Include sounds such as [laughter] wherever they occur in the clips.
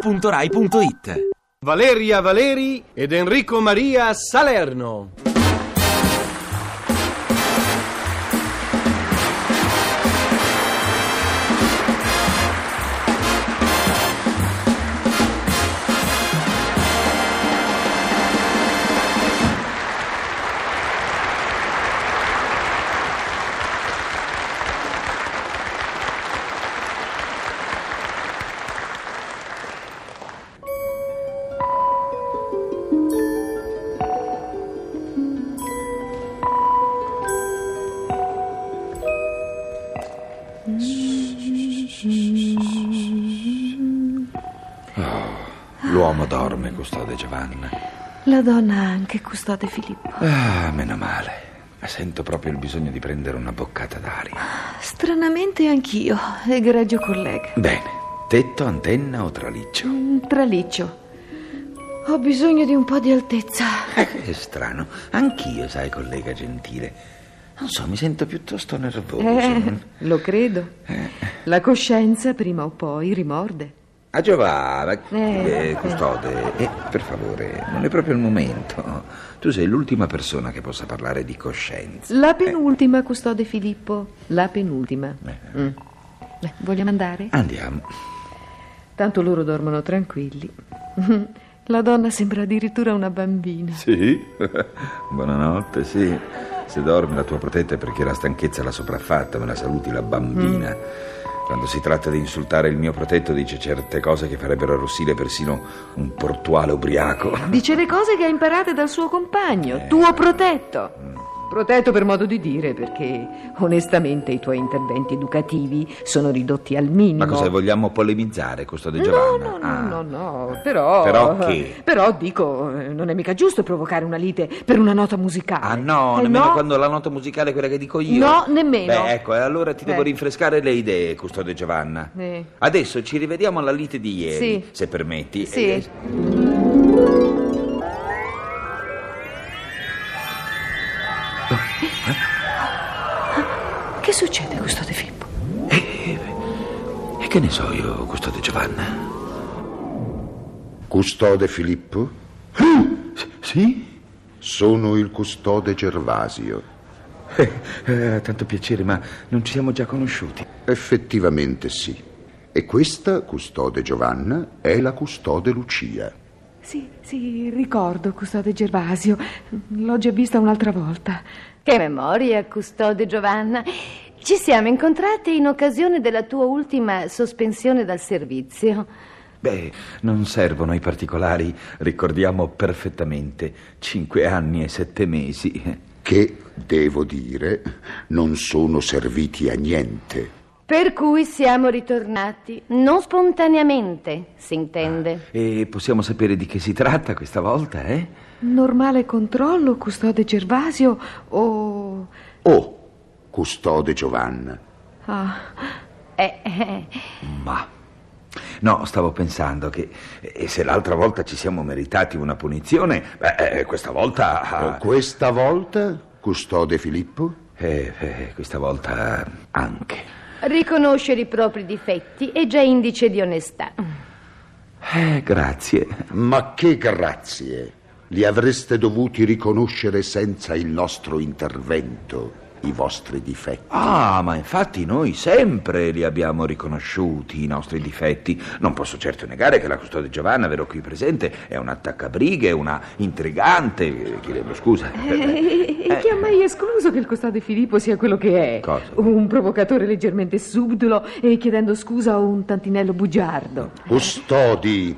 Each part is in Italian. radio2pod.rai.it Valeria Valeri ed Enrico Maria Salerno. L'uomo dorme, custode Giovanna. La donna anche, custode Filippo. Ah, meno male. Ma sento proprio il bisogno di prendere una boccata d'aria. Stranamente anch'io, egregio collega. Bene, tetto, antenna o traliccio? Mm, Traliccio. Ho bisogno di un po' di altezza. Eh, Che strano. Anch'io, sai, collega gentile. Non so, mi sento piuttosto nervoso. Eh, lo credo. La coscienza prima o poi rimorde. A Giovanna, Eh. eh, custode, eh, per favore, non è proprio il momento. Tu sei l'ultima persona che possa parlare di coscienza. La penultima, custode Filippo. La penultima. Mm. Beh, vogliamo andare? Andiamo. Tanto loro dormono tranquilli. [laughs] La donna sembra addirittura una bambina. Sì, [laughs] buonanotte, sì. Se dormi la tua protetta è perché la stanchezza l'ha sopraffatta, me la saluti la bambina. Mm. Quando si tratta di insultare il mio protetto dice certe cose che farebbero arrossire persino un portuale [laughs] ubriaco. Dice le cose che ha imparate dal suo compagno, Eh. tuo protetto. Mm. Protetto per modo di dire, perché onestamente i tuoi interventi educativi sono ridotti al minimo. Ma cosa vogliamo polemizzare, custode No, Giovanna? no, no, Ah. no, no, però... eh, Però che? Però dico, eh, non è mica giusto provocare una lite per una nota musicale. Ah no, Eh, nemmeno no. quando la nota musicale è quella che dico io. No, nemmeno. Beh, ecco, e allora ti devo Eh. rinfrescare le idee, custode Giovanna. Eh. Adesso ci rivediamo alla lite di ieri, Sì. se permetti. Sì. Eh, Che succede, custode Filippo? E che ne so io, custode Giovanna? Custode Filippo? Eh, Sì? Sono il custode Gervasio. Eh, eh, tanto piacere, ma non ci siamo già conosciuti. Effettivamente sì. E questa, custode Giovanna, è la custode Lucia. Sì, sì, ricordo, custode Gervasio. L'ho già vista un'altra volta. Che memoria, custode Giovanna. Ci siamo incontrate in occasione della tua ultima sospensione dal servizio. Beh, non servono i particolari, ricordiamo perfettamente. Cinque anni e sette mesi. Che, devo dire, non sono serviti a niente. Per cui siamo ritornati, non spontaneamente, si intende. E possiamo sapere di che si tratta questa volta, eh? Normale controllo, custode Gervasio, o... Oh, custode Giovanna, Ah, Eh, eh, Ma. No, stavo pensando che eh, se l'altra volta ci siamo meritati una punizione, beh, eh, questa volta. questa volta, custode Filippo? eh, eh, questa volta anche. Riconoscere i propri difetti è già indice di onestà. Eh, grazie. Ma che grazie! Li avreste dovuti riconoscere senza il nostro intervento, i vostri difetti. Ah, ma infatti noi sempre li abbiamo riconosciuti i nostri difetti. Non posso certo negare che la custode Giovanna, vero qui presente, è un'attaccabrighe, una intrigante. eh, Chiedevo scusa. E, e chi ha mai escluso che il custode Filippo sia quello che è? Cosa? Un provocatore leggermente subdolo e chiedendo scusa a un tantinello bugiardo. Custodi,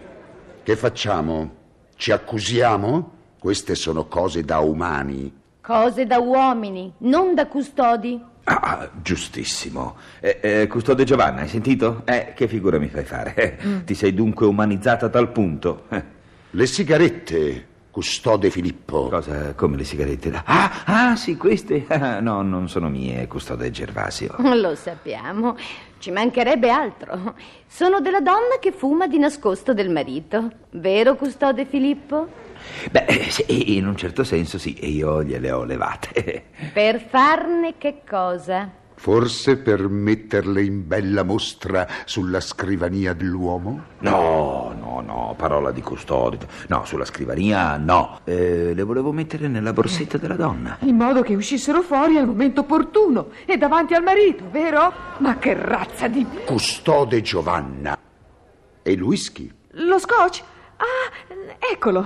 che facciamo? Ci accusiamo? Queste sono cose da umani. Cose da uomini, non da custodi. [laughs] Ah, giustissimo. Eh, eh, custode Giovanna, hai sentito? Eh, che figura mi fai fare? Eh, Ti sei dunque umanizzata a tal punto. Eh, Le sigarette, custode Filippo. cosa come le sigarette? da- Ah, ah, sì, queste. [laughs] Ah, no, non sono mie, custode Gervasio. Lo sappiamo, ci mancherebbe altro. Sono della donna che fuma di nascosto del marito. Vero, custode Filippo? Beh, eh, sì, in un certo senso sì, e io gliele ho levate. [laughs] Per farne che cosa? Forse per metterle in bella mostra sulla scrivania dell'uomo? No, no, no, parola di custode. No, sulla scrivania no. Eh, le volevo mettere nella borsetta della donna. In modo che uscissero fuori al momento opportuno e davanti al marito, vero? Ma che razza di. Custode Giovanna. E Luischi? Lo scotch? Ah, eccolo!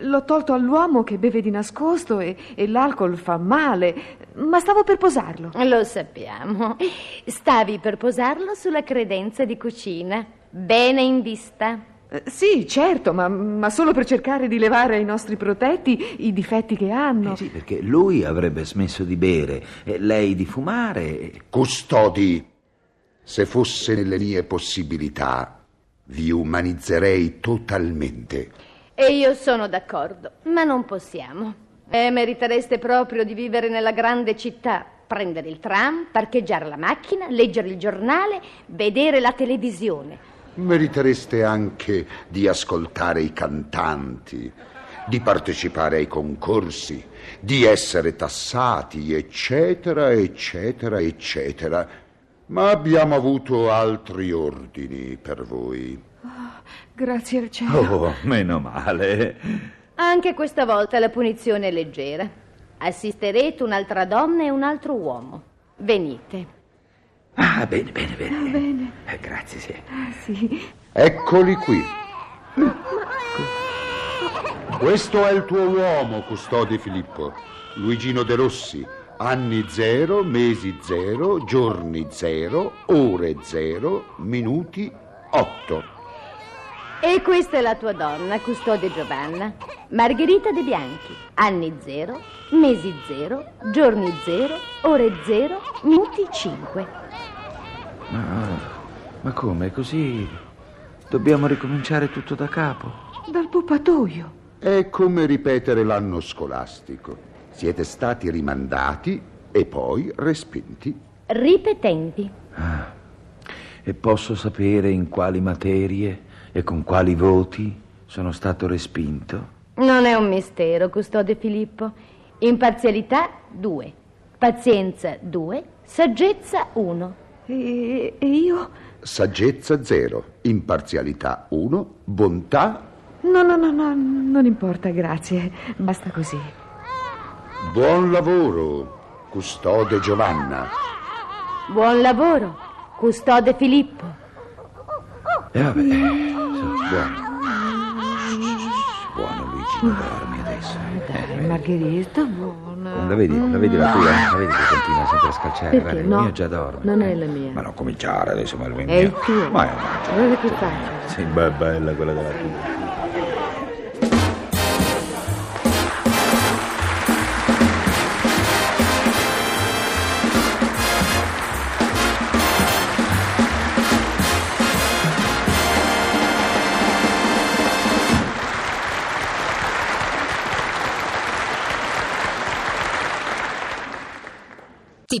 L'ho tolto all'uomo che beve di nascosto e, e l'alcol fa male, ma stavo per posarlo. Lo sappiamo. Stavi per posarlo sulla credenza di cucina. Bene in vista. Eh, Sì, certo, ma, ma solo per cercare di levare ai nostri protetti i difetti che hanno. Eh sì, perché lui avrebbe smesso di bere, e lei di fumare. e- Custodi, se fosse nelle mie possibilità, vi umanizzerei totalmente. E io sono d'accordo, ma non possiamo. E meritereste proprio di vivere nella grande città, prendere il tram, parcheggiare la macchina, leggere il giornale, vedere la televisione. Meritereste anche di ascoltare i cantanti, di partecipare ai concorsi, di essere tassati, eccetera, eccetera, eccetera. Ma abbiamo avuto altri ordini per voi. Grazie al cielo. Oh, meno male. Anche questa volta la punizione è leggera. Assisterete un'altra donna e un altro uomo. Venite. Ah, bene, bene, bene. Eh, grazie, sì. Eccoli qui. Questo è il tuo uomo, custode Filippo. Luigino De Rossi. Anni zero, mesi zero, giorni zero, ore zero, minuti otto. E questa è la tua donna, custode Giovanna. Margherita De Bianchi. Anni zero, mesi zero, giorni zero, ore zero, minuti cinque. Ma come, così dobbiamo ricominciare tutto da capo? Dal poppatoio. È come ripetere l'anno scolastico. Siete stati rimandati e poi respinti. Ripetenti. E posso sapere in quali materie e con quali voti sono stato respinto? Non è un mistero, custode Filippo. Imparzialità 2, pazienza 2, saggezza 1. E, e io? Saggezza zero, imparzialità uno, bontà. No, no, no, no, non importa, grazie. Basta così. Buon lavoro, custode Giovanna. Buon lavoro, custode Filippo. E vabbè, so- buono. Buono, Luigino, dormi adesso. Eh, Eh, Margherita, buona. La vedi, la vedi la tua? La vedi che continua sempre a scacciare? Perché Guarda, il no? mio già dorme. Non è eh. la mia. Ma non cominciare adesso, ma il mio. È il tuo. Ma è una... Guarda che faccia. Sì, ma è bella quella della tua. Ti